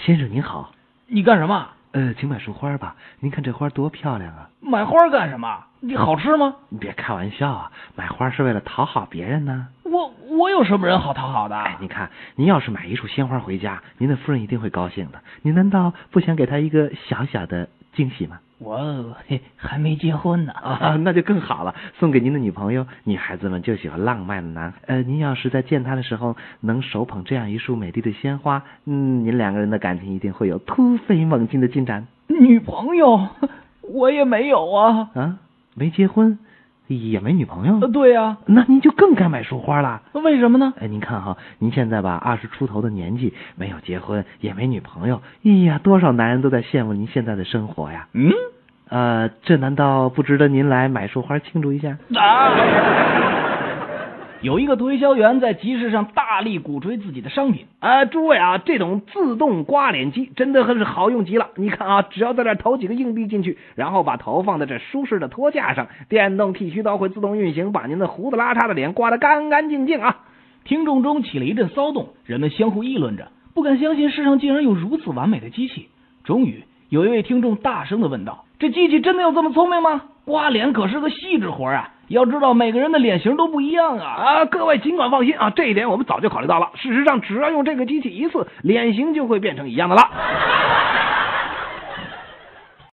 先生您好，你干什么？呃，请买束花吧。您看这花多漂亮啊！买花干什么？你好吃吗？你别开玩笑啊，买花是为了讨好别人呢。我我有什么人好讨好的？哎，您看，您要是买一束鲜花回家，您的夫人一定会高兴的。您难道不想给她一个小小的惊喜吗？我 嘿还没结婚呢。 啊，那就更好了，送给您的女朋友。女孩子们就喜欢浪漫的男。呃，您要是在见她的时候能手捧这样一束美丽的鲜花，嗯，您两个人的感情一定会有突飞猛进的进展女朋友我也没有啊。啊！没结婚，也没女朋友，呃对呀、那您就更该买束花了。为什么呢？哎，您看哈，您现在吧，二十出头的年纪，没有结婚，也没女朋友，哎呀，多少男人都在羡慕您现在的生活呀。嗯呃，这难道不值得您来买束花庆祝一下？啊。 有一个推销员在集市上大力鼓吹自己的商品。啊，诸位啊，这种自动刮脸机真的很是好用极了。你看啊，只要在这儿投几个硬币进去，然后把头放在这舒适的托架上，电动剃须刀会自动运行，把您的胡子拉碴的脸刮得干干净净啊。听众中起了一阵骚动，人们相互议论着，不敢相信世上竟然有如此完美的机器。终于，有一位听众大声的问道：“这机器真的有这么聪明吗？刮脸可是个细致活儿啊！要知道每个人的脸型都不一样啊！啊，各位尽管放心啊，这一点我们早就考虑到了。事实上，只要用这个机器一次，脸型就会变成一样的了。